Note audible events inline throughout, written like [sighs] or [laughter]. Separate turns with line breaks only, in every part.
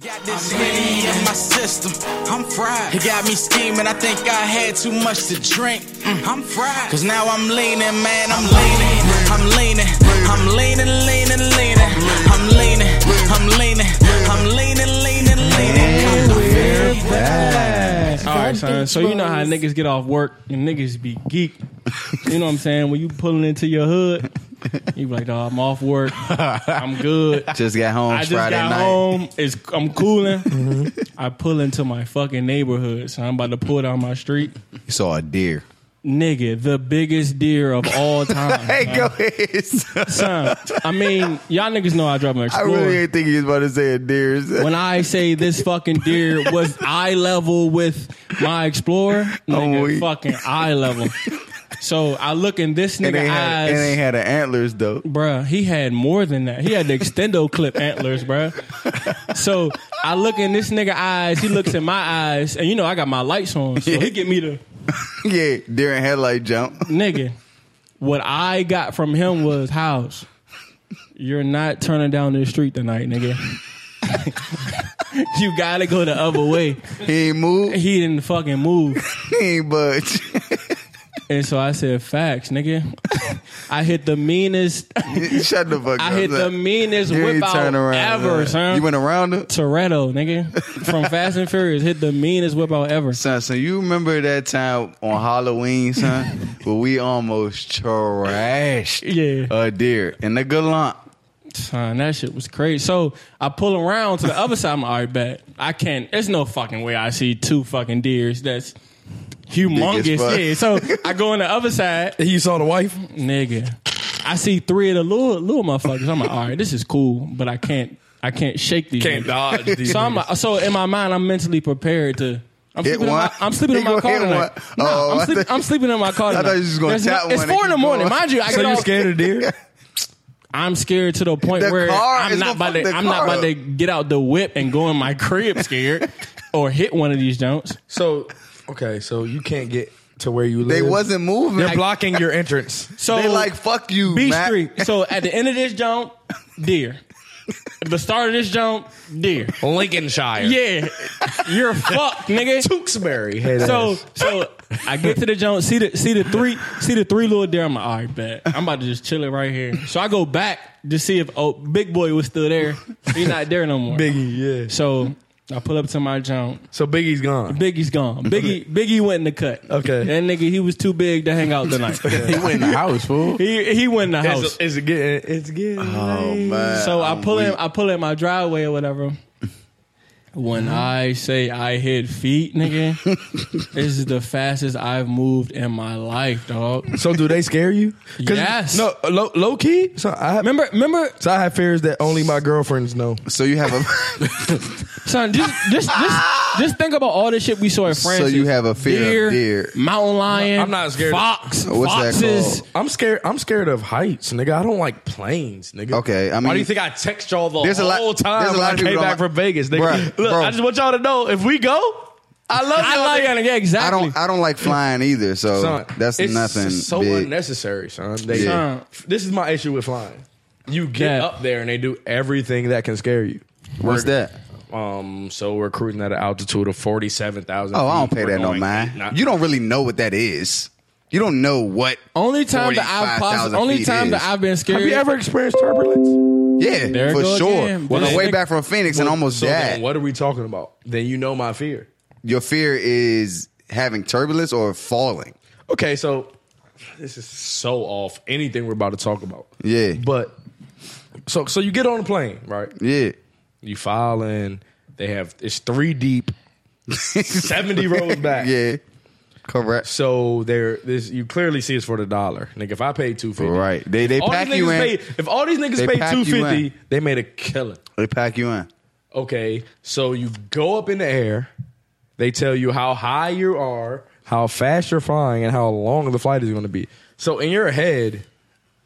Got this Henny in my system. I'm fried. It got me scheming. I think I had too much to drink. Mm, I'm fried. Cause now I'm leaning, man. I'm leaning. I'm leaning. I'm leaning, leaning, leaning. I'm leaning. I'm leaning. I'm leaning, leaning, leaning.
We're back.
All right, son. So you know how niggas get off work and niggas be geek. You know what I'm saying? When you pulling into your hood, you be like, "Dawg, I'm off work.
[laughs]
I'm good.
Just got home
I just
Friday
got
night. Mm-hmm.
home. It's I'm cooling. I pull into my fucking neighborhood, so I'm about to pull down my street.
You saw a deer.
Nigga, the biggest deer of all
[laughs]
time.
Hey, go ahead. [laughs]
Son, I mean, y'all niggas know I drop an
I
explorer.
really ain't think you was about to say a deer.
when I say this fucking deer was eye level with my explorer,
Oh,
nigga,
weak.
fucking eye level. So I look in this
it,
nigga
ain't had, it ain't
eyes,
had an antlers though.
bruh. He had more than that. He had the extendo clip antlers, bruh. So I look in this nigga eyes. He looks in my eyes, and you know I got my lights on, so he get me the
yeah, deer and headlight jump.
nigga. What I got from him was house. You're not turning down this street tonight, nigga. [laughs] you gotta go the other way.
He ain't move.
he didn't fucking move.
He ain't budge. [laughs]
And so I said, facts, nigga. [laughs] I hit the meanest,
Shut the fuck up.
I hit the
son.
meanest
You
whip
ain't
out
turn around. son.
ever, son.
You went around him.
Toretto, nigga, from Fast and Furious, hit the meanest whip out ever.
Son, so you remember that time on Halloween, son,
[laughs]
where we almost trashed
Yeah.
a deer in the galant.
Son, that shit was crazy. So I pull around to the other side. I'm like, all right, bet. I can't. There's no fucking way I see two fucking deers. That's humongous.
Big as fuck.
Yeah. So I go on the other
[laughs]
side.
He saw the wife.
nigga. I see three of the little little motherfuckers. I'm like, all right, this is cool, but I can't I can't shake these.
Can't
niggas.
dodge these
So I'm so in my mind, I'm mentally prepared to. I'm
Hit
sleeping, in my,
one.
I'm sleeping in
He
my
gonna
car
hit
tonight.
one. Oh,
No,
I
I'm, sleep,
thought-
I'm sleeping in my
[laughs] I
car tonight.
thought you was just gonna
There's
tap
It's
one and
four in the
keep
morning,
going.
mind you. I
So
get
you
off,
scared of deer?
I'm scared to the point
The
where
car
I'm
is
not
gonna
about
fuck
to
the
I'm not
car
about to
up.
get out the whip and go in my crib
[laughs]
scared or hit one of these jumps.
So okay, so you can't get to where you live.
They wasn't moving.
They're blocking your entrance.
So
they like fuck you,
B
Matt. [laughs]
Street. So at the end of this jump, deer. The start of this jump, deer.
[laughs] Lincolnshire.
Yeah, you're fucked, nigga.
Tewksbury. head
So
ass.
so I get to the joint, see the see the three see the three little deer. I'm like, all right, bet. I'm about to just chill it right here. So I go back to see if oh big boy was still there. He's not there no more.
Biggie, yeah.
So I pull up to my joint.
So Biggie's gone.
Biggie's
[laughs]
gone. Biggie Biggie went in the cut.
Okay.
That nigga, he was too big to hang
[laughs]
out tonight.
[laughs] He went in the
[laughs]
house, fool.
he he went in the house.
It's, it's getting. It's getting.
Oh man.
So i
I'm
pull in,
weak.
I pull in my driveway or whatever.
Mm-hmm.
When I say I hit
[laughs]
feet, nigga, this is the fastest I've moved in my life, dog.
So do they scare you? 'Cause-
Yes.
No, low, low key. So I remember.
Remember, remember,
So I have fears that only my girlfriends know.
So you have a [laughs]
son. Just, just, just, just think about all the shit we saw at
So
Francis.
you have a fear of deer.
mountain lion.
I'm not scared of-
Fox,
What's that
foxes.
called?
I'm scared. I'm scared of heights, nigga. I don't like planes, nigga.
Okay, I mean-
why do you think I text y'all the
There's a lot-
whole time
there's a
when
lot
I
of people
came
don't
back
like-
from Vegas, nigga?
Bruh,
Look,
bro.
I just want y'all to know if we go, I love.
I
y'all,
like
nigga.
that. Yeah,
I
exactly.
don't I don't like flying either, so
Son,
Oh, that's
it's
nothing.
So
big.
unnecessary, son. They,
Yeah.
Son.
This is my issue with flying. You get
Yeah.
up there and they do everything that can scare you.
What's that?
Um, so we're cruising at an altitude of forty-seven thousand.
Oh, I don't pay that no mind. You don't really know what that is. You don't know what
Only time that I've
45,000
possibly, only
feet
time
is.
that I've been scared.
Have you ever experienced turbulence?
Yeah,
There it
for
go
sure.
again.
When
Bitch.
I'm way back from Phoenix and almost
So
died.
then what are we talking about? Then you know my fear.
Your fear is having turbulence or falling.
Okay, so this is so off anything we're about to talk about.
Yeah.
But so so you get on the plane, right?
Yeah. [laughs]
You file in. They have it's three deep, seventy rows back.
Yeah. Correct.
So there, this you clearly see it's for the dollar, nigga. If I paid two fifty,
Right. They they
All these
pack you in.
niggas paid, if all these
They
niggas
pack
paid
you in.
two fifty, they made a killing.
They pack you in.
Okay, so you go up in the air. They tell you how high you are, how fast you're flying, and how long the flight is going to be. So in your head,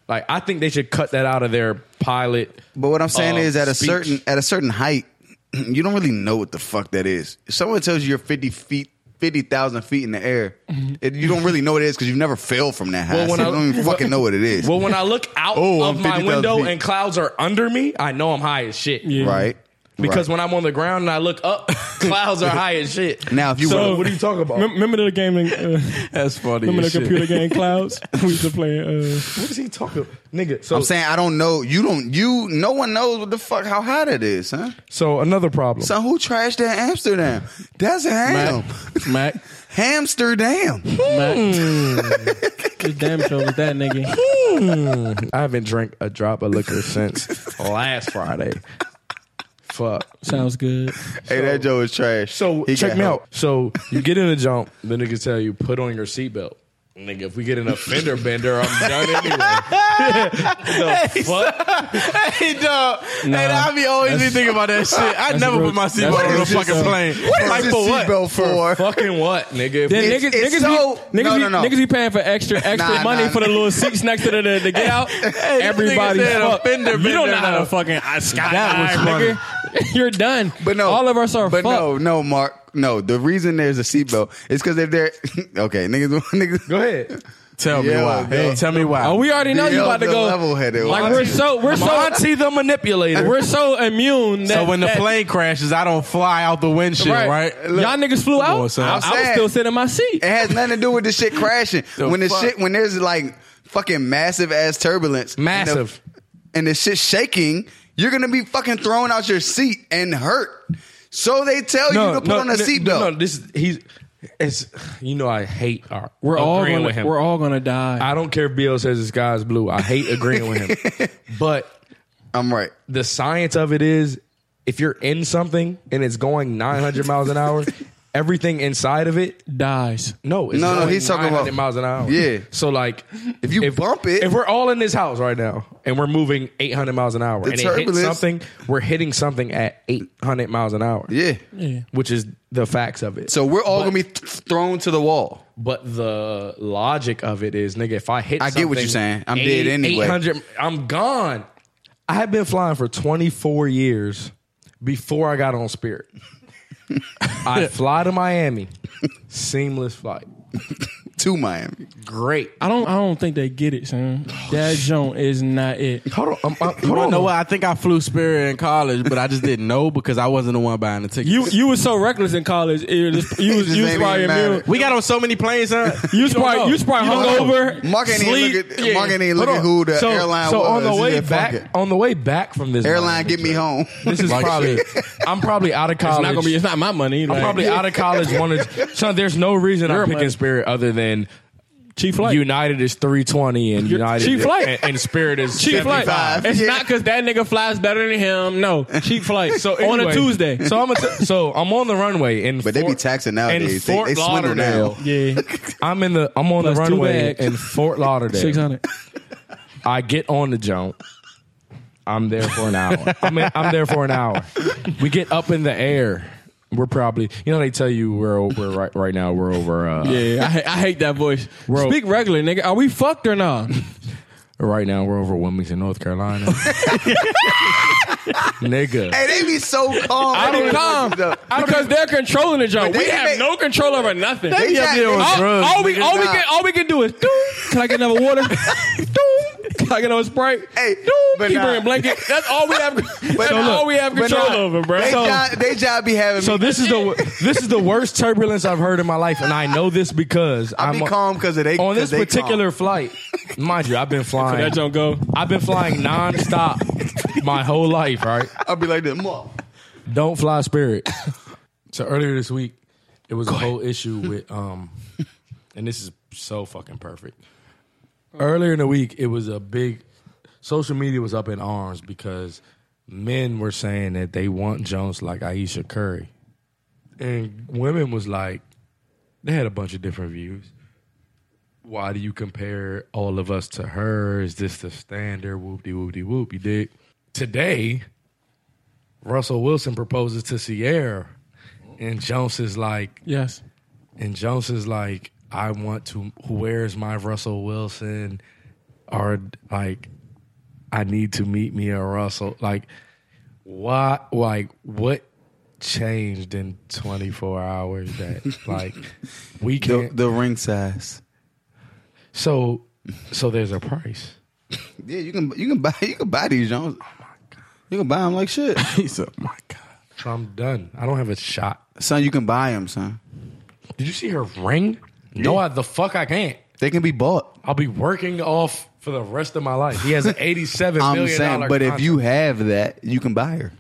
like I think they should cut that out of their pilot.
But what I'm saying
uh,
is at a
speech.
certain at a certain height, [clears throat] you don't really know what the fuck that is. If someone tells you you're 50 feet 50,000 feet in the air, it, you don't really know what it is because you've never fell from that high.
Mm-hmm. Well, when
so
I-
you don't
[laughs]
even fucking know what it is.
Well, when I look
[laughs]
out
Oh,
of
I'm
my
50,000
window
feet.
and clouds are under me, I know I'm high as shit.
Yeah.
right?
because
Right.
when I'm on the ground and I look up, [laughs] clouds are high as shit.
Now, if you
So-
were-
what are you talking about?
Mem- Remember the game? In,
[laughs]
uh,
That's funny.
remember the
as shit.
computer game Clouds? We used to play. Uh,
What is he talking, nigga? So,
I'm saying I don't know. You don't. You. No one knows what the fuck how hot it is, huh?
so another problem.
So who trashed that Amsterdam? That's ham. [laughs]
Mac,
[laughs]
Hamsterdam. Hmm.
just damn sure was
[laughs]
that nigga.
I haven't drank a drop of
[laughs]
liquor since last Friday. Fuck.
Sounds good.
hey, that Joe is trash.
So
He
check
got
me
help.
out. So you get in a jump, the niggas tell you put on your seatbelt. Nigga, if we get in a fender bender, I'm done
[laughs]
anyway. the fuck?
Hey, dog. hey, I be always be thinking about that shit. I never
real-
put my
that's
seatbelt on
real
a
shit,
fucking
though.
plane.
What is
like
this
for what?
seatbelt for?
Fucking what, nigga? If
Then
we-
It's-
niggas,
it's
niggas,
so-
be, niggas,
no,
be,
no, no.
niggas be paying
[laughs]
for extra extra
Nah,
money
nah,
for the little seats next to the, the, the get out. Everybody,
nigga said a
fuck.
fender
you don't
bender,
know how
though.
to fucking I skydive,
That was funny.
nigga. [laughs] You're done.
But no,
all of us are
But
fucked.
no, no, Mark, no. The reason there's a seatbelt is because if they're [laughs] okay, niggas, [laughs] niggas.
Go ahead.
Tell me
Yeah,
why.
yeah.
Tell me why.
Oh, we already know you
Yo,
about to
the
go
level-headed
Like
one.
we're so we're so
Monty the manipulator.
we're so immune. That,
so when the
that,
plane crashes, I don't fly out the windshield, right?
Y'all niggas flew
Come
out.
on, son.
I,
I'm
I was
saying.
still sitting in my seat.
It has nothing to do with the shit crashing. when the
fuck?
shit, when there's like fucking massive ass turbulence, and the-
Massive.
and the, shit shaking, you're gonna be fucking thrown out your seat and hurt. So they tell you to put on a
no,
seatbelt.
No, this is he's. It's you know I hate. our-
We're all
agreeing
gonna
with him.
we're all gonna die.
I don't care if Bill says the sky is blue. I hate agreeing with
[laughs]
him. But
I'm right.
the science of it is if you're in something and it's going 900 miles an hour, everything inside of it,
dies.
no, it's
No, no,
going
he's talking
900
about-
miles an hour.
Yeah.
So like,
If you bump it-
if we're all in this house right now and we're moving 800 miles an hour, and it hits
turbulence-
something, we're hitting something at 800 miles an hour.
Yeah.
Which is the facts of it.
So we're all gonna be th- thrown to the wall.
But the logic of it is, nigga, if I hit,
I get what
something
you're saying. I'm dead anyway.
800 I'm gone. I had been flying for 24 years before I got on
[laughs]
Spirit. I fly to Miami, seamless flight, Uh,
To Miami.
great.
I don't I don't think they get it, son. That joint is not it.
Hold on, I'm, I'm,
You
hold
wanna
on.
know what? I think I flew Spirit in college, but I just didn't know because I wasn't the one buying the tickets.
You you was so reckless in college. You was you was, you was
Just
probably
made me
immune.
mad.
we got on so many planes,
[laughs]
huh?
You was probably you was probably hungover.
Mark ain't
sleep.
even looking.
Yeah.
Mark ain't even
Hold
looking
on.
who the
so,
airline
so
was.
on the
He
way
said, "Fuck
back,
it."
on the way back from this
airline,
Miami
get me
trip,
home. [laughs]
This is
Like
probably I'm probably out of college.
It's not gonna be. It's not my money.
I'm
like,
probably out of college. Wanted, son, there's no reason
Your
I'm picking
money.
Spirit other than
cheap flight.
United is 320 and
Your-
United
cheap flight.
and, and Spirit is
cheap flight.
75.
It's
Yeah.
not because that nigga flies better than him. No, cheap flight.
So
so on a
anyway,
Tuesday.
So I'm a t- so I'm on the runway in
But they be
Fort-
taxing
in
nowadays. They-
Fort
they swindle now.
Lauderdale.
yeah,
I'm in the I'm on the
Plus two
runway
bags.
in Fort Lauderdale.
six hundred.
I get on the jump. I'm there for an hour. I'm, in, I'm there for an hour. We get up in the air. We're probably, you know, they tell you we're over right right now. We're over uh,
Yeah, I, ha- I hate that voice.
Bro.
Speak regular, nigga. Are we fucked or not?
right now. We're over Wilmington,
[laughs]
North Carolina. Nigga,
Hey, they be so calm.
I don't calm because they're controlling the job.
But
We
they-
have
they-
no control over nothing.
They
up
got-
there on
all,
drugs,
all we
nigga.
all we
Nah.
can all we can do is doom. Can I get another
[laughs]
water? doom. Can I get another sprite?
Hey,
doom.
but
Keep
nah.
bringing
[laughs]
blanket. That's all we have. that's all we have
But
control
nah,
over, bro.
They,
So-
job, they job be having
So
me.
this is
[laughs]
the this is the worst turbulence I've heard in my life, and I know this because
I
I'm
be calm because of they.
on
'cause
this
they calm.
particular flight. Mind you, I've been
that
flying.
don't go.
I've been flying nonstop my whole life. Right?
I'll be like this. "Mom."
Don't fly Spirit. [laughs] So earlier this week, it was a whole issue [laughs] with um, and this is so fucking perfect. Earlier in the week, it was a big social media was up in arms because men were saying that they want Jones like Aisha Curry. And women was like, they had a bunch of different views. Why do you compare all of us to her? Is this the standard? Whoop de whoop de whoop. You dig? Today, Russell Wilson proposes to Sierra, and Jones is like,
Yes.
and Jones is like, I want to. Where's my Russell Wilson? Or like, I need to meet me a Russell. Like, why? Like, what changed in 24
[laughs]
hours that like we
The,
can't?
the ring size.
so, so there's a price. Oh
Yeah, you can you can buy you can buy these Jones. You can buy them like shit.
He's up, my God.
So I'm done. I don't have a shot.
[laughs] Son, you can buy them, son.
Did you see her ring? No, I, the fuck I can't.
They can be bought.
I'll be working off for the rest of my life. He has
[laughs]
an eighty-seven
I'm
million
saying,
dollar
but if
contract.
you have that, you can buy her.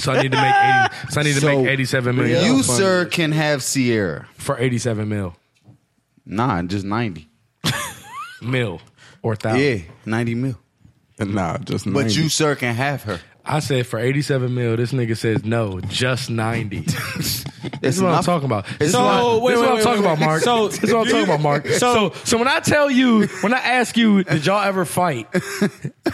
so I need to make eighty. So I need to
So,
make eighty-seven million
You,
dollars
sir, can have Sierra.
for eighty-seven mil,
Nah, just 90.
mil or thousand.
Yeah, 90 mil.
Nah, just
But
90.
you, sir, can have her.
I said for 87 mil, this nigga says no,
[laughs]
just 90. this is what I'm
enough.
talking about. This is
So,
what I-
wait,
this
wait,
is what I'm
wait,
talking
wait.
about, Mark.
So-
this is what I'm talking
[laughs]
about, Mark. So,
So-
so when I tell you, when I ask you, did y'all
[laughs]
ever fight?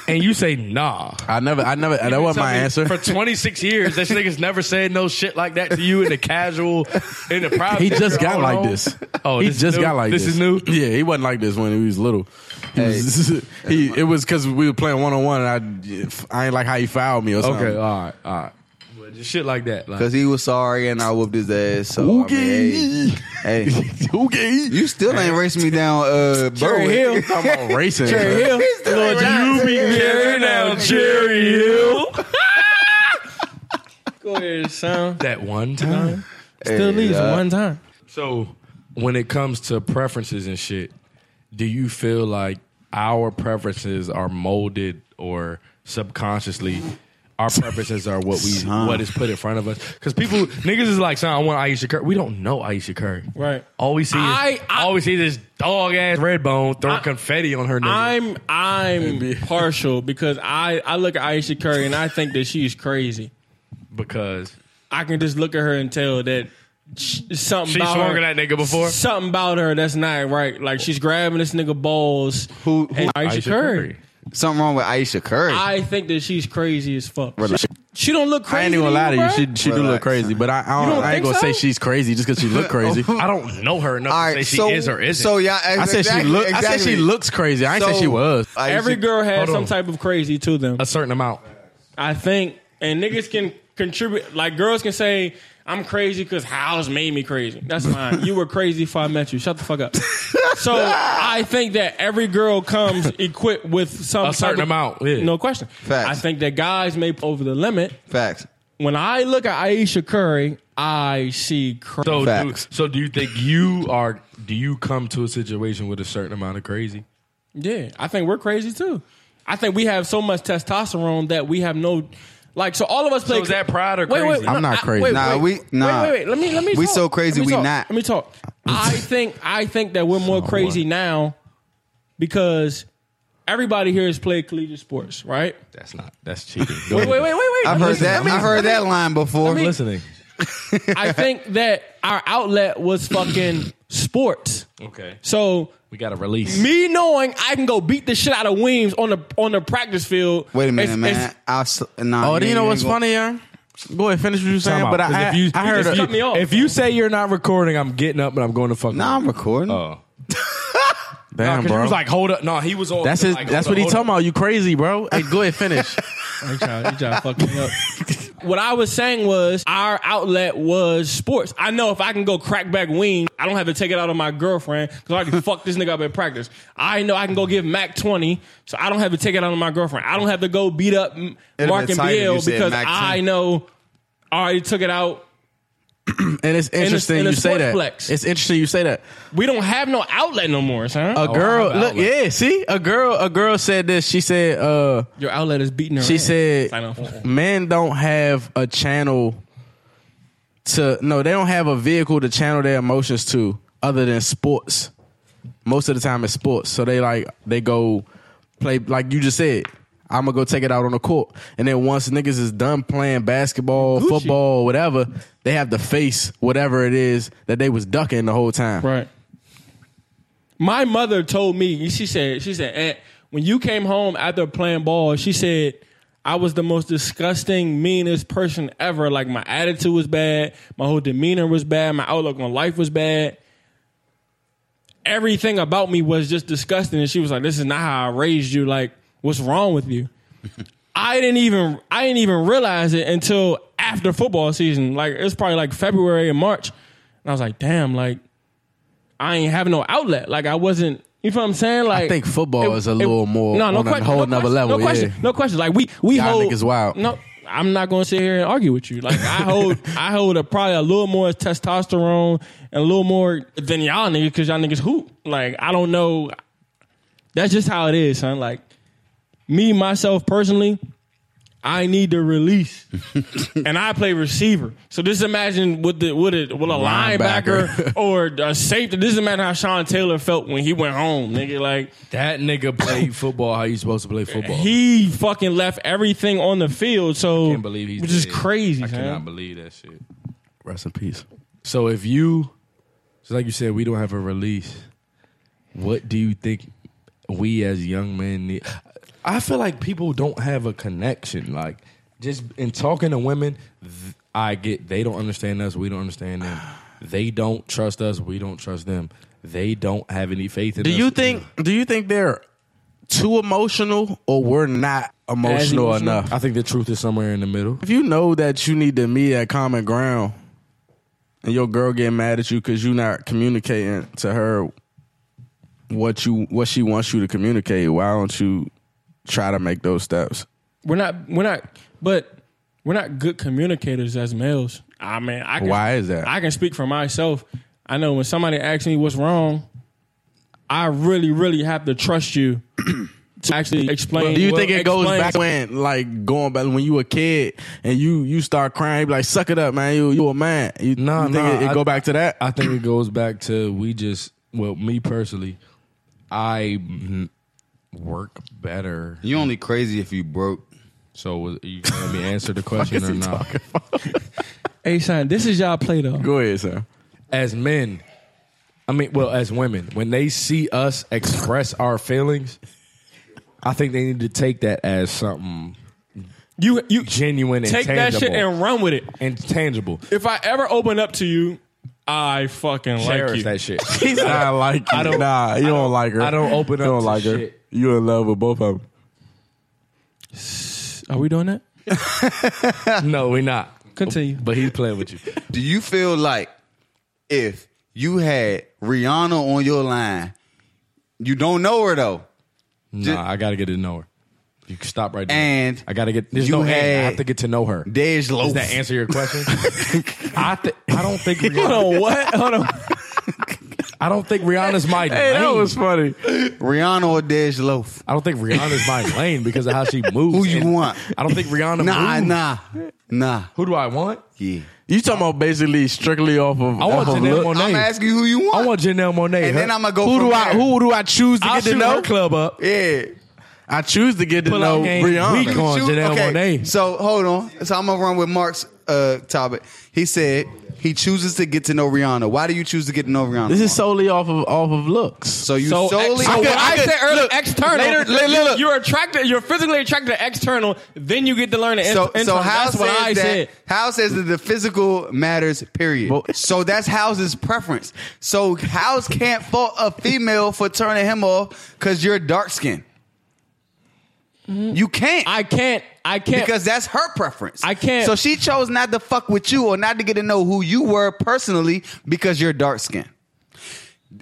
And you say nah.
I never, I never, that wasn't my
Tell me,
answer.
For 26 years, this nigga's never said no shit like that to you in the casual, in the private.
He
picture
just got
on
like
home.
this.
Oh,
he
this is
[laughs] just
new?
got like
This
this.
is new?
Yeah, he wasn't like this when he was little. He, was, [laughs] he it was because we were playing one on one, and I, I ain't like how he fouled me or something. [laughs]
Okay, all right, all right. But just shit like that. Like,
Because he was sorry and I whooped his ass. So, I mean, hey, hey.
okay,
You still ain't racing me down, uh,
Jerry
Berwick.
Hill.
talking about racing?
Jerry
bro.
Hill. Lord, you be carrying out Jerry Hill. Go ahead, son.
that one time.
Still
Hey,
leaves
uh,
one time.
So, when it comes to preferences and shit, do you feel like our preferences are molded or subconsciously? Our preferences are what we what is put in front of us. Because people niggas is like, "Son, I want Aisha Curry." We don't know Aisha Curry,
Right.
All we see, is,
I- I-
all we see is this dog ass red bone throwing
I-
confetti on her. Nigga.
I'm I'm partial because I I look at Aisha Curry and I think that she's crazy.
because
I can just look at her and tell that sh- something
She
about
swung
her,
at that nigga before?
Something about her that's not right. Like she's grabbing this nigga balls.
Who- who-
and Aisha, Curry.
Something wrong with Aisha Curry.
I think that she's crazy as fuck.
Relax.
She, she don't look crazy.
I ain't even gonna lie to you. She she do look
Relax,
crazy, but I, I,
You
don't,
don't
I ain't
think
gonna say
so?
she's crazy just because she
[laughs] Oh,
look crazy.
I don't know her enough
All
to say
right,
she
so,
is or isn't.
So, yeah,
I said she
exactly-
look. I said she
exactly.
looks crazy. I ain't say
So,
she was.
Aisha-
Every girl has
Hold
some
on.
type of crazy to them.
a certain amount.
I think, and niggas can contribute. Like girls can say, "I'm crazy because house made me crazy." That's fine. you were crazy if I met you. Shut the fuck
[laughs]
up. so I think that every girl comes equipped with some
A certain
type of-
amount, yeah.
No question.
Facts.
I think that guys may over the limit.
Facts.
When I look at Aisha Curry, I see crazy.
So, do,
Facts.
so do you think you are? Do you come to a situation with a certain amount of crazy?
Yeah, I think we're crazy too. I think we have so much testosterone that we have no. Like so, all of us play.
is that pride or
Wait, wait,
crazy?
no,
I'm not
I-
crazy.
wait,
Nah,
wait.
we- nah.
Wait, wait, wait. Let me, let me.
We
talk.
so crazy,
Let
we
me talk.
not. Oh,
Let me talk.
[laughs]
I think, I think that we're more crazy now because everybody here has played collegiate sports, right?
That's not. That's cheating.
Wait, wait, wait, wait, wait.
I've heard that. I've heard that line before.
me-
Listening.
I think that our outlet was fucking sports.
Okay.
So
We got a release.
me knowing I can go beat the shit out of Weems on the on the practice field.
Wait a minute,
it's-
man.
it's-
I s- nah,
Oh, do
nigga,
you know what's
ain't gonna-
funny, Aaron? Go ahead, finish what you saying.
Time out.
But
'Cause
I,
if you,
I
if
heard
just
a-
cut me off.
If you say you're not recording, I'm getting up and I'm going to fuck.
Nah, I'm recording.
Oh.
damn,
Because he
bro.
was like, hold up. No, he was on.
that's his,
like,
that's
hold
what he
up,
talking
hold
about. You crazy, bro? Hey, go ahead, finish.
[laughs]
You trying, you trying to fuck me up. [laughs] What I was saying was our outlet was sports. I know if I can go crack back wing, I don't have to take it out on my girlfriend because I can fuck this nigga up in practice. I know I can go give Mac 20, so I don't have to take it out on my girlfriend. I don't have to go beat up M-
been
Mark and
tight if you
Biel
said
because
Mac 10.
I know I already took it out.
And it's interesting
in a
you say that.
sportsplex.
It's interesting you say that.
We don't have no outlet no more, son.
A girl,
have an
look,
outlet.
yeah, see, a girl, a girl said this. She said, uh,
Your outlet is beating her.
she
ass.
said,
I know.
men don't have a channel to. No, they don't have a vehicle to channel their emotions to, other than sports. Most of the time, it's sports. So they like they go play like you just said. I'm gonna go take it out on the court, and then once niggas is done playing basketball, football, whatever, they have to face whatever it is that they was ducking the whole time.
Right. My mother told me, she said, she said, Aunt, when you came home after playing ball, she said, I was the most disgusting, meanest person ever. Like my attitude was bad, my whole demeanor was bad, my outlook on life was bad. Everything about me was just disgusting. And she was like, This is not how I raised you. Like, what's wrong with you? I didn't even I didn't even realize it until after football season. Like it's probably like February and March. And I was like, damn, like I ain't have no outlet. Like I wasn't. You feel what I'm saying? Like
think football is a little more on a whole nother
question, No
level,
question.
yeah.
No question. Like we we
Y'all
hold
niggas wild.
No, I'm not gonna sit here and argue with you. Like I
[laughs]
hold, I hold a, probably a little more testosterone and a little more than y'all niggas because y'all niggas hoop. Like I don't know. That's just how it is, son. Like me myself personally, I need to release,
[laughs]
and I play receiver. So just imagine with the with a with a
Linebacker.
linebacker,
[laughs]
or a safety. Doesn't matter how Sean Taylor felt when he went home, nigga. Like
That nigga played football how you supposed to play football.
he fucking left everything on the field. So
can't believe he's
which is
dead.
crazy.
I
son.
cannot believe that shit.
Rest in peace.
So if you, just like you said, we don't have a release. What do you think we as young men need? I feel like people don't have a connection. Like just in talking to women, th- I get they don't understand us. We don't understand them. They don't trust us. We don't trust them. They don't have any faith in
Do
us.
you think? Do you think they're too emotional, or we're not
As
emotional, enough?
I think the truth is somewhere in the middle.
If you know that you need to meet at common ground, and your girl getting mad at you because you're not communicating to her what you what she wants you to communicate, why don't you try to make those steps?
We're not. We're not. But we're not good communicators as males. I mean, I can,
Why is that?
I can speak for myself. I know when somebody asks me what's wrong, I really, really have to trust you [clears throat] to actually explain.
Do you
well,
think it goes
explain
back when, like, going back when you were a kid and you you start crying, you be like, "Suck it up, man! You you a man." You,
Nah,
you think
nah,
it, it
I-
go back to that?
I think it goes back to we just well me personally, I mm, work better.
You only crazy if you broke.
So was, you gonna let me answer [laughs] the question or not?
Hey, son, this is y'all play though.
Go ahead, sir.
As men, I mean, well, as women, when they see us express our feelings, I think they need to take that as something
You, you
genuine and
take that
tangible.
shit and run with it.
and tangible.
If I ever open up to you, I fucking like
Cherish
you.
that shit.
[laughs]
[laughs]
He's not [laughs] like you.
don't-
nah, you don't, like her.
I don't open
You
up
don't
to
like her.
shit.
You in love with both of them.
Are we doing that?
No, we're not.
Continue.
But he's playing with you.
Do you feel like if you had Rihanna on your line, you don't know her though,
Nah, I gotta get to know her. You can stop right there.
and
I gotta get. There's
you
no had, I
had-
have to get to know her.
Dej Loaf.
Does that answer your question? I th- I don't think
Hold
Rihanna,
on, what? Hold on.
I don't think Rihanna's my
Hey, that
lane.
was funny.
Rihanna or Dej Loaf?
I don't think Rihanna's my lane because of how she moves.
Who you
And
want?
I don't think Rihanna.
Nah,
moves.
nah, nah.
Who do I want?
Yeah.
You talking about basically strictly off of?
I want
off of
Janelle
look?
Monae.
I'm asking you who you
I
want,
want Janelle Monae.
and then I'm gonna go.
Who
from
do I?
there.
Who do I choose to
I'll
get to
shoot
know?
her club up.
Yeah.
I choose to get to
Pull
know
out game.
Rihanna.
We going
Shoot-
Janelle
okay,
Monae.
So hold on. So I'm gonna run with Mark's uh, topic. He said he chooses to get to know Rihanna. Why do you choose to get to know Rihanna?
This is
Mark?
solely off of off of looks.
So you
So,
solely.
so
I could-
what
I
I,
could-
said earlier,
look,
external.
later- li- li- look.
You're attracted. You're physically attracted to external. Then you get to learn the
so,
in-
so
internal.
Hal
That's
says
what I
that
said.
Hal says that the physical matters. Period.
Well-
so that's Hal's preference. So Hal's can't fault a female for turning him off because you're dark skinned You can't.
I can't. I can't.
because that's her preference.
I can't-
So she chose not to fuck with you or not to get to know who you were personally because you're dark skinned.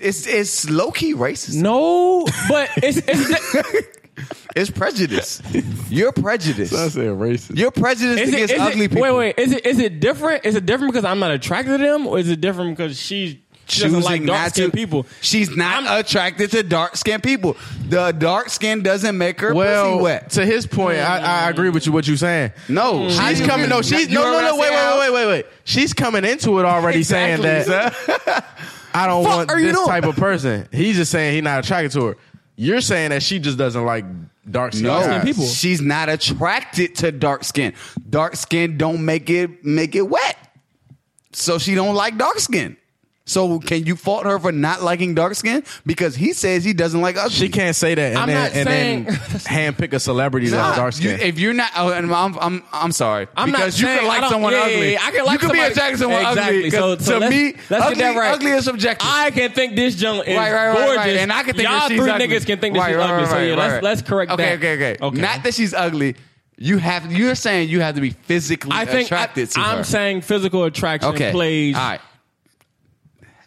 It's it's low key racist.
no, but it's,
[laughs]
it's di-
It's
[laughs]
prejudice. You're prejudiced.
That's it, racist.
You're prejudiced
is it-
against
is it-
ugly people.
Wait, wait. Is it is it different? Is it different because I'm not attracted to them, or is it different because she she doesn't like
Choosing not
dark skinned
to-
people?
She's not
I'm-
attracted to dark skinned people. The dark skin doesn't make her pussy
well,
wet.
to his point, I, I agree with you. What you saying?
Mm.
No,
She's coming. No, she's no, no, no. Wait, wait, wait, wait, wait. She's coming into it already saying that I don't
Fuck
want
are you
this
doing?
type of person. He's just saying he's not attracted to her. You're saying that she just doesn't like dark skin.
No,
Dark-skinned people.
she's not attracted to dark skin. Dark skin don't make it make it wet, so she don't like dark skin. So can you fault her for not liking dark skin because he says he doesn't like ugly?
She can't say that and
I'm
then
not
and
saying-
then handpick a celebrity
Nah,
that's dark
you-
skin.
if you're not, oh, and I'm, I'm, I'm sorry.
I'm not
because you
saying-
can
I
like
don't-
someone
yeah,
ugly.
yeah, I can like
you can be
somebody-
attracted to someone
Exactly.
ugly. 'cause
So- so
to
let's-
me,
let's get
ugly,
that right.
ugly is subjective.
I can think this junk is
Right, right, right,
gorgeous,
right. And I can think
y'all
that she's
three
ugly.
niggas can think that
right,
she's
right,
ugly.
Right,
so yeah,
right,
let's
right.
let's correct
okay,
that.
Okay, okay, okay. Not that she's ugly. You have you're saying you have to be physically
I think
attracted to
I,
her.
am saying physical attraction
okay.
plays
All right.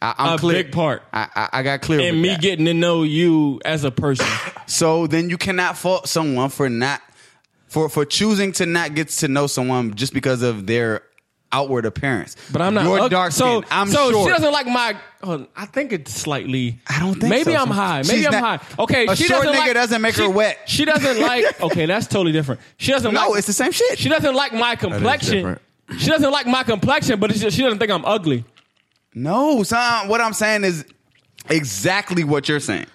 I, I'm
a
clear.
big part.
I, I, I got clear.
in
with
me
that.
getting to know you as a person.
so then you cannot fault someone for not for for choosing to not get to know someone just because of their outward appearance.
But I'm not
You're
ug-
dark
so,
skinned. I'm
so
short.
she doesn't like my. hold on, I think it's slightly.
I don't think
maybe
so.
I'm high. Maybe
She's
I'm
not-
high. Okay,
a
she
short
doesn't
nigga
like-
doesn't make
she-
her wet.
She doesn't
[laughs]
like. Okay, that's totally different. She doesn't.
No,
like,
it's the same shit.
She doesn't like my complexion.
different.
She doesn't like my complexion, but it's just, she doesn't think I'm ugly.
no, son, what I'm saying is exactly what you're saying.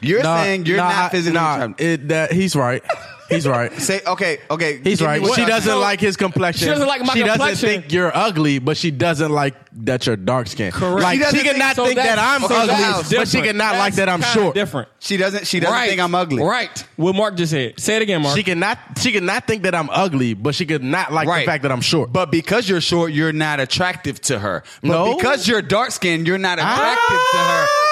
You're
Nah,
saying you're
nah,
not physically
nah,
attracted.
it, that, He's right. He's right.
[laughs] Say okay, okay.
He's
give me
right.
what
She
y'all
doesn't
saying.
like his complexion.
She doesn't like my
She doesn't
complexion.
think you're ugly, but she doesn't like that you're dark skinned.
Correct.
She
Like she,
doesn't
can
think-
not
so
think that
that's-
I'm
okay,
ugly,
that's
but she can not like that I'm
That's kinda
short.
Different.
She doesn't. She doesn't think I'm ugly.
Right. What Mark just said. Say it again, Mark.
She cannot. She cannot think that I'm ugly, but she could not like
Right.
the fact that I'm short.
But because you're short, you're not attractive to her. But
No.
because you're dark skinned, you're not
Ah!
attractive to her.
Ah!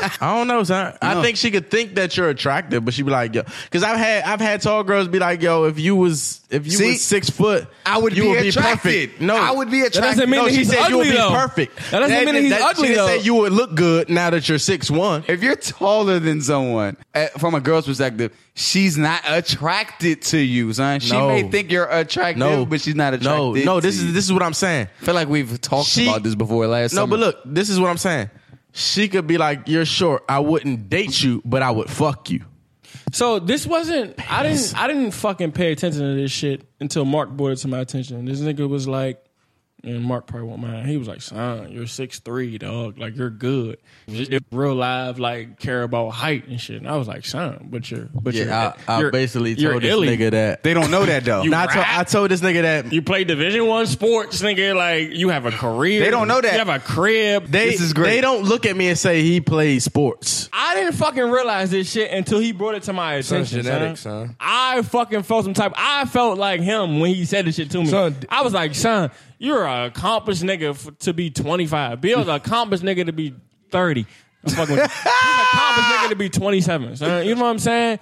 [laughs] I don't know, son.
No.
I think she could think that you're attractive, but she'd be like, yo, because I've had I've had tall girls be like, yo, if you was if you
See?
was six foot,
I would
you
be
would
attracted.
be perfect. No,
I would be attracted.
That doesn't mean
No,
that
she
he's
said you would
ugly
be
though.
perfect.
That doesn't mean that he's
she
ugly
didn't
though.
Say you would look good now that you're six one.
if you're taller than someone, uh, from a girl's perspective, she's not attracted to you, son. She
No.
may think you're attractive,
No,
but she's not
No,
attracted.
no. This
to
is
you.
this is what I'm saying.
I feel like we've talked
She-
about this before last.
No,
summer.
but look, this is what I'm saying. She could be like, you're short. I wouldn't date you, but I would fuck you.
So this wasn't. I didn't. I didn't fucking pay attention to this shit until Mark brought it to my attention. This nigga was like, and Mark probably won't mind. He was like, "Son, you're six three, dog. Like you're good. Just if real life, like care about height and shit." And I was like, "Son, but you're, but you're,
Yeah, I, I
you're-
basically
you're
told this
illy.
nigga that.
they don't know that though.
Nah, I, told, I told this nigga that
You play Division One sports, nigga. Like you have a career.
They don't know that.
you have a crib.
they,
This is great.
They don't look at me and say he plays sports.
I didn't fucking realize this shit until he brought it to my attention.
Son's genetics,
son.
son.
I fucking felt some type. I felt like him when he said this shit to me.
Son,
I was like, son, you're an accomplished nigga f- to be 25. Bill's an accomplished nigga to be 30. I'm fucking with you. He's an accomplished nigga to be 27. Son. You know what I'm saying?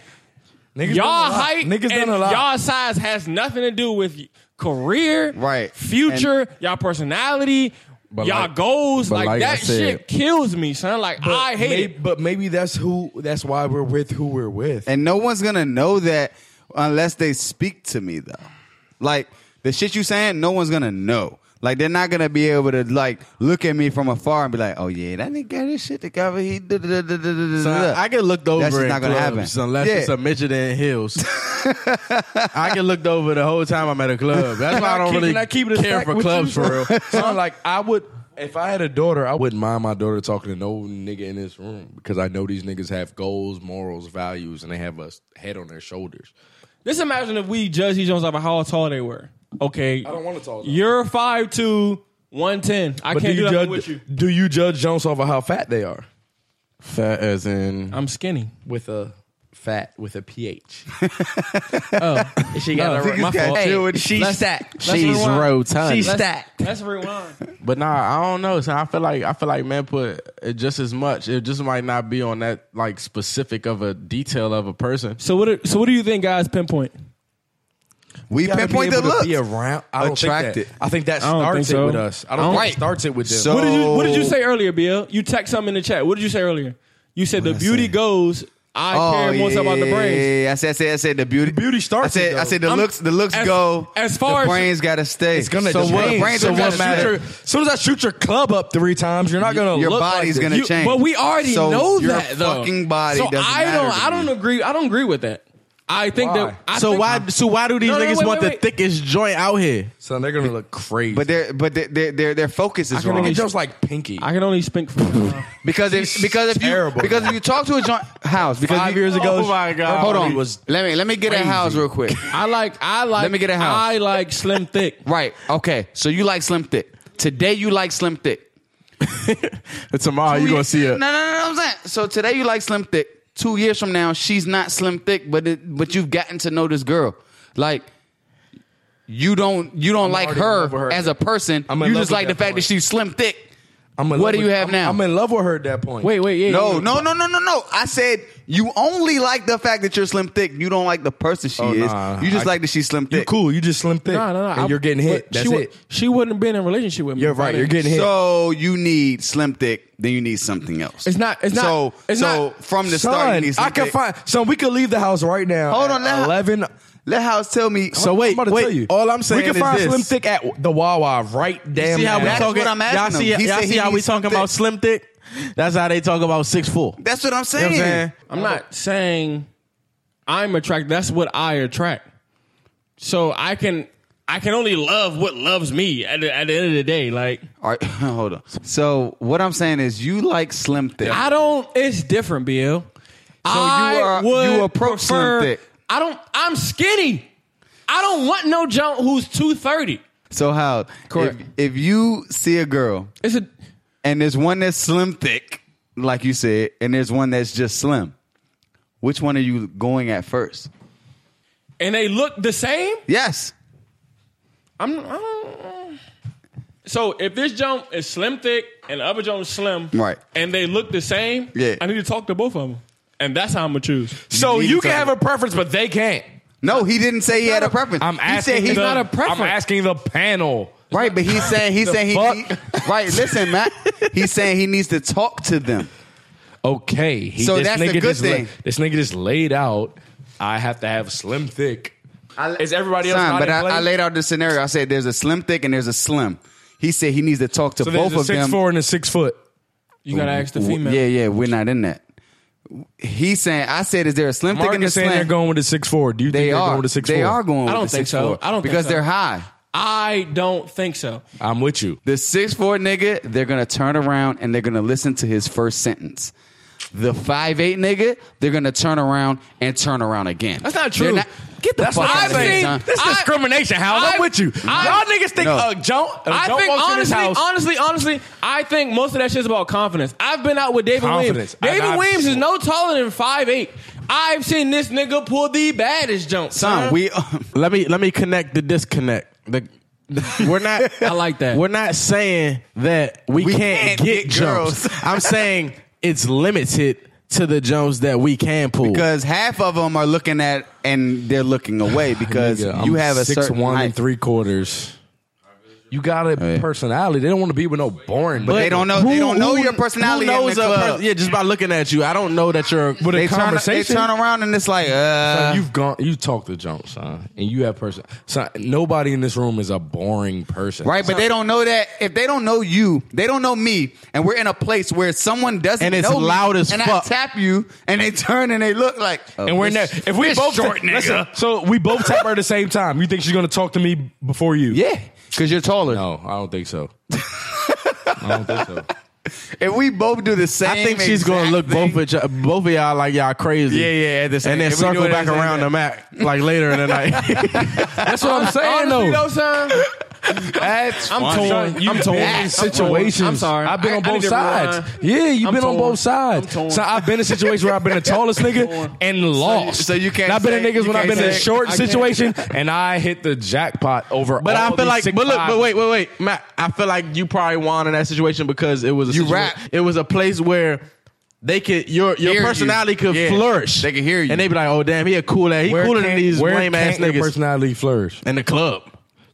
Niggas
y'all
done a lot.
height
Niggas
and
done a lot.
y'all size has nothing to do with career,
Right.
Future, y'all personality, y'all
like-
goals.
but
Like,
like I
that
said-
shit kills me, son. Like
But
I hate
may-
it.
But maybe that's who. That's why we're with who we're with.
And no one's gonna know that unless they speak to me though. Like the shit you saying, no one's gonna know. Like they're not gonna be able to like look at me from afar and be like, oh yeah, that nigga got his shit together. He da da da da da da
So
da.
I, I get looked over
That's just
in
not gonna
clubs
happen.
unless
Yeah.
it's a midget in heels. I get looked over the whole time I'm at a club. [laughs] That's why I don't
Keeping
really
that- keeping it
care
stacked
for
with
clubs
you,
for [laughs] real.
Son, like I would, if I had a daughter, I wouldn't mind my daughter talking to no nigga in this room because I know these niggas have goals, morals, values, and they have a head on their shoulders.
Just imagine if we judge these Jones off of how tall they were. Okay. I
don't want to talk.
You're 5'2, 110. I
But
can't do,
do you
nothing
judge?
with you.
Do you judge Jones off of how fat they are?
Fat as in
I'm skinny.
With a fat, with a [laughs] ph.
She got
Niggas got chill with-
Let's- let's
she's
rewind.
rotund.
Let's- Let's rewind.
But nah, I don't know. So I feel like I feel like man put it just as much. It just might not be on that like specific of a detail of a person.
So what? do- So what do you think, guys? Pinpoint.
we
gotta
pinpoint
be
the
able to
look.
Be around, I don't
Attracted.
Think that, I think that
don't
starts
think so.
it with us. I don't,
I don't-
think it starts it with them.
So-
What did you What did you
Oh.
say earlier, Bill? You text something in the chat. What did you say earlier? You said the beauty goes. I care most about the brains.
Oh, I said, I said, I said the beauty.
beauty starts
I said,
it,
I said the
I'm-
looks. The looks
as-
go.
as far
the
as-
brains gotta stay.
It's gonna
so
change.
what? Brains
so
are
what
gonna
matter?
matter.
As soon as I shoot your club up three times, you're not gonna.
Your
look like
body's
this.
gonna
You-
change.
But we already
So
know
your
that though.
fucking body
So
doesn't
I
matter
don't.
to
I don't
me.
agree. I don't agree with that. I think
Why?
that. I
so
think-
why? So why do these
No, no,
niggas
wait,
want
wait,
the
wait.
thickest joint out here?
Son, they're gonna look crazy.
But their but their their their, their focus is
can
wrong
only-
Joe's like Pinky.
I can only
[laughs]
speak for.
because if because if you
terrible.
because if you talk to a joint house because
Five
you-
years ago,
Oh my God.
Hold on.
It was
let me let me get a house real quick.
I like I like
Let me get a house.
I like slim thick.
Right. Okay. So you like slim thick. Today you like slim thick.
And tomorrow you gonna see
No, no,
a
no, no. I'm saying. So today you like slim thick. Two years from now, she's not slim thick, but it, but you've gotten to know this girl. Like you don't you don't like
already in
her,
love with her.
as a person.
I'm in
you
love
just
with
like the
that
fact
point.
that she's slim thick.
I'm
What
in love
do
with-
you have
I'm-
now?
I'm in love with her at that point.
Wait, wait, yeah.
No,
yeah.
no, no, no, no, no. I said you only like the fact that you're slim thick. You don't like the person she
Oh,
is.
nah.
you just
I-
like that she's slim
you
thick.
cool? You just slim thick.
No, no, no.
And
I-
you're getting hit.
but
That's
she, wa-
it.
She wouldn't have been in a relationship with me.
You're
if I
right. You're
didn't-
getting hit.
So you need slim thick, then you need something else.
It's not- it's not-
So
it's
so
not-
from the start, you
Son,
need slim
I can
thick.
find. Son, we could leave the house right now.
Hold
at
on now.
Eleven.
Let House tell me.
So wait,
I'm about to
wait.
tell you.
All I'm saying
we can
is
find
this.
Slim Thick at the Wawa right damn
see how we
now.
That's
talking?
what I'm asking
y'all see,
him. He
y'all
said
see
he
how we
needs
talking
something.
about Slim Thick? That's how they talk about six four.
That's what I'm saying.
You know what I'm saying?
I'm not saying I'm attracted. That's what I attract. So I can I can only love what loves me at the, at the end of the day. Like
All right, [laughs] hold on. So what I'm saying is, you like Slim Thick.
I don't. It's different, Bill. I
are-
would
you approach Slim
prefer,
Thick.
I don't. I'm skinny. I don't want no junk who's two thirty.
so how?
Correct.
If, if you see a girl
It's a
and there's one that's Slim Thick, like you said, and there's one that's just slim, which one are you going at first?
and they look the same.
Yes.
I'm. I don't, so if this jump is slim thick and the other jump is slim,
Right.
and they look the same,
Yeah.
I need to talk to both of them, and that's how I'm gonna choose.
So
You need
you
to
can
tell
have
me.
a preference, but they can't.
No, he didn't say he had a preference.
I'm
he
asking.
said he
the,
not a preference.
I'm asking the panel.
Right, but he's saying he's saying he,
fuck?
he- right. Listen, Matt. He's saying he needs to talk to them.
Okay, he,
So
this
that's
nigga
the good
just la-
thing.
this nigga just laid out. I have to have Slim Thick. Is everybody else
Son,
not
but
in
I,
play?
I laid out the scenario. I said there's a slim thick and there's a slim. He said he needs to talk to
so
both
there's a
of
six
them.
four and a six foot.
You gotta ask the
W-
female.
Yeah, yeah, we're not in that. He's saying I said, is there a slim thick
Mark
and a
is saying they're
slim?
going with the six four. Do you
they
think they're
are.
going with the six
they
four?
are going.
I don't
with the
think so.
6'4"
I don't think
because
so.
they're high.
I don't think so.
I'm with you.
The six four nigga, they're gonna turn around and they're gonna listen to his first sentence. The five eight nigga, they're gonna turn around and turn around again.
That's not true.
They're get the
That's
fuck out
what I'm
of here,
saying.
son.
This
I-
discrimination, Howard.
I-
I'm with you.
I-
Y'all niggas think
No.
uh, Joe. Uh,
I
Joe
think
walks in his
honestly,
house.
honestly, honestly, I think most of that shit's about confidence. I've been out with David
Confidence.
Williams. David
And I've-
Williams is no taller than 5'8". I've seen this nigga pull the baddest jump.
Son, we [laughs]
Let me let me connect the disconnect. The,
[laughs]
we're not.
I like that.
We're not saying that we,
We
can't,
can't
get,
get
jumps.
girls.
I'm saying it's limited to the jumps that we can pull.
because half of them are looking at and they're looking
[sighs]
away because
Nigga,
you
I'm
have a
six
certain
one
height.
and three quarters. You got a personality. They don't want to be with no boring. But
they don't know. they don't know your personality.
Who knows
in the
a
club.
person- yeah, just by looking at you, I don't know that you're.
But a
they, turn, they
conversation.
turn around and it's like, uh,
Son, you've gone. You talked to Jump, son, and you have person. Son, nobody in this room is a boring person,
right. But they don't know that if they don't know you, they don't know me, and we're in a place where someone doesn't
And it's
know me,
loud as
and
fuck.
I tap you, and they turn and they look like,
And we're never. If we both short, nigga. so we both tap her at the same time. You think she's gonna talk to me before you?
yeah, because you're taller.
No, I don't think so. [laughs] I don't think so.
If we both do the same,
I think she's gonna
exact
look
thing-
both of y'all, both of y'all like y'all crazy.
Yeah, yeah, at the same-
and then
if we do
circle
it at
back
the same time.
around the map like later in the
[laughs]
night.
That's what I'm saying,
Honestly,
though.
though, son,
That's
I'm torn. I'm torn.
in
I'm torn.
situations.
I'm sorry.
I've been
I-
on
I need
both
to rewind.
sides. Yeah, you've
I'm
been on
torn.
both sides.
I'm torn.
So I've been in situations where I've been
[laughs]
the tallest nigga and lost.
so you can't
And I've been
say-
in niggas
you
when I've
can't
been in a
say-
short
I can't-
situation and I hit the jackpot over.
But
all
I feel
these
like,
six
but look,
five-
but wait, wait, wait, Matt. I feel like you probably won in that situation because it was a
You
situa-
rap.
It was a place where they could your your
Hear you.
personality could
Yeah.
flourish.
They could hear you.
and they be like, "Oh damn, he a cool ass. He
Where
cooler than
can't-
these
where
lame ass
can't your
niggas
personality flourish.
in the club."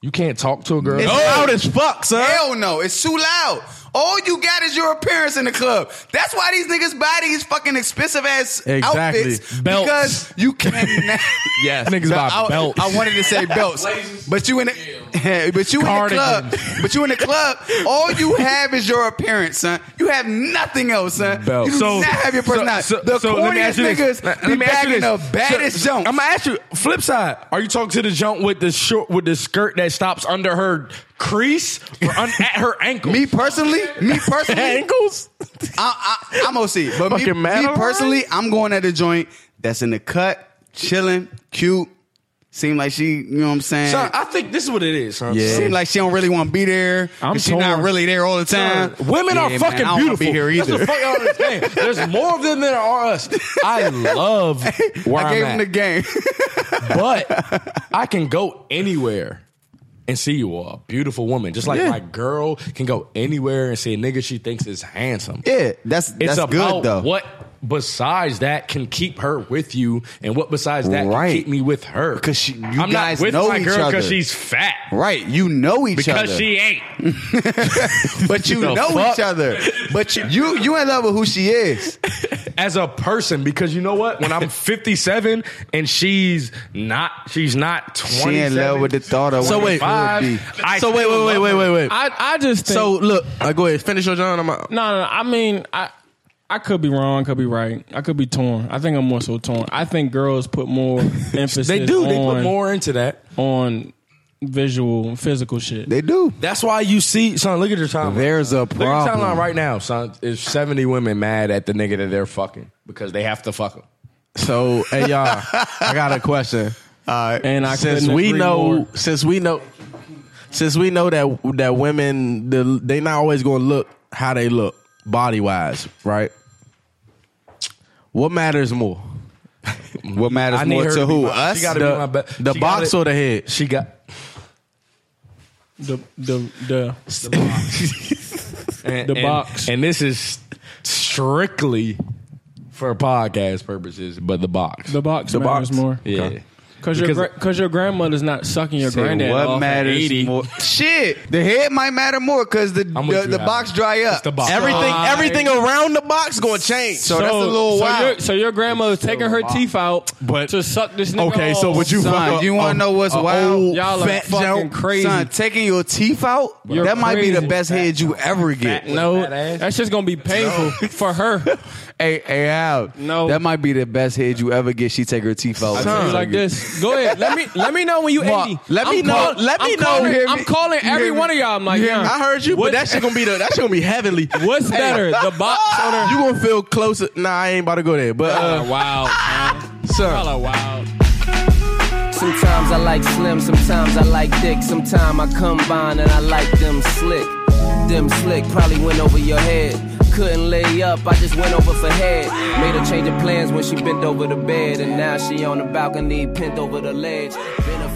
You can't talk to a girl.
It's loud as fuck, son.
Hell no, it's too loud. All you got is your appearance in the club. That's why these niggas buy these fucking expensive ass
Exactly.
outfits
Belts.
because you
[laughs]
can't.
Yes.
Niggas buy
I,
belts.
I wanted to
[laughs]
say belts, but you in the, [laughs] but you in the club,
Cardigans.
but you in the club. All you have is your appearance, son. You have nothing else, son.
Belts.
You do
So-
not have your
so-
personality.
so-
the
so let me
corniest
ask you this.
niggas
Let-
be
let me ask you
bagging the
this.
baddest
So,
jump.
I'm gonna ask you. Flip side. Are you talking to the junk with the short with the skirt that stops under her crease or
[laughs]
un- at her ankle?
me personally, me
[laughs]
personally,
Ankles.
I, I, I'm OC, but me,
Fucking mad
me
alright?
personally, I'm going at a joint that's in the cut, chilling, cute. Seem like she, you know what I'm saying.
Son, I think this is what it is. Son.
Seem like she don't really want to be there.
I'm
and she not
torn.
really there all the time.
Women
Yeah,
are
man,
fucking
I don't wanna
beautiful.
Be here
That's
either.
the fuck I
[laughs]
don't understand. There's more of them than there are us. I love where
I gave
am
him the game.
[laughs] but [laughs] I can go anywhere and see you all. Beautiful woman. Just like my girl can go anywhere and see a nigga she thinks is handsome.
yeah, that's
it's
that's
about
good though.
what besides that can keep her with you and what besides that
Right.
can keep me with her.
'Cause she- you
I'm
guys
not with
know
my
each
girl
other.
because she's fat.
Right, you know each
Because
other,
she ain't.
[laughs] but you
The
know
fuck?
each other. But you, you you in love with who she is.
as a person because you know what? When
[laughs]
I'm 57 and she's not, she's not 27.
She in love with the thought of
So
what
wait.
it would be.
I
so wait,
still
wait, wait,
love
wait,
her.
wait, wait.
I I just think,
so look, uh, go ahead, finish your John. I'm out.
No, no, no. I mean, I I could be wrong, could be right. I could be torn. I think I'm more so torn. I think girls put more emphasis
They do.
on,
They put more into that.
on visual and physical shit.
They do.
That's why you see, son. Look at your timeline.
There's a
Look at your timeline
problem.
right now, son. Is 70 women mad at the nigga that they're fucking because they have to fuck him?
So hey y'all, I got a question.
[laughs]
and I
Since
couldn't
we
agree
know,
more.
since we know, since we know that that women the, they not always going to look how they look body wise, right? What matters more,
What matters
I need
more
her
to,
to be
who?
my-
Us?
she gotta be my
the,
be-
the
she
box
gotta-
or the head?
She got.
the the the
and-
The
and-
box.
And this is strictly for podcast purposes, but the box.
the box
The
matters
box.
more.
yeah.
Cause your
Because-
gra- cause your grandmother's not sucking your
Say,
granddad
what
off
matters
at 80.
more? Shit, the head might matter more because the
I'm with
the,
you,
the
Adam.
box dry up.
It's the box.
Everything, everything around the box going to change.
So, that's a little
so
wild.
Your, so your grandmother's taking her teeth out
But-
to suck this nigga
Okay, so
off.
would you
Son,
fuck a-
you want
a-
to know what's
a
wild?
old
Y'all are
fat
fucking
joke?
crazy.
Son, taking your teeth out,
You're
that might be the
crazy.
best head you ever get.
No,
Fat ass.
that's just gonna be painful for her.
Hey, hey, Al.
No.
That might be the best head you ever get. She take her teeth out.
You like this? Go ahead. Let me let me know when you
[laughs] Mark,
eighty.
let me
I'm
know-
call-
let me
I'm
know.
calling-
You hear
I'm
me?
calling
You
every
hear me?
one of y'all. I'm like,
Yeah,
yeah,
I heard you,
What-
but that shit gonna be the that shit gonna be heavenly.
[laughs] What's
Hey,
better, the box or the?
[laughs] You gonna feel closer? Nah, I ain't about to go there. But uh,
wow,
son,
wow.
Sometimes I like slim, sometimes I like thick. Sometimes I combine and I like them slick. Them slick probably went over your head. Couldn't lay up, I just went over for head. Made her change of plans when she bent over the bed. And now she on the balcony, pent over the ledge. Been a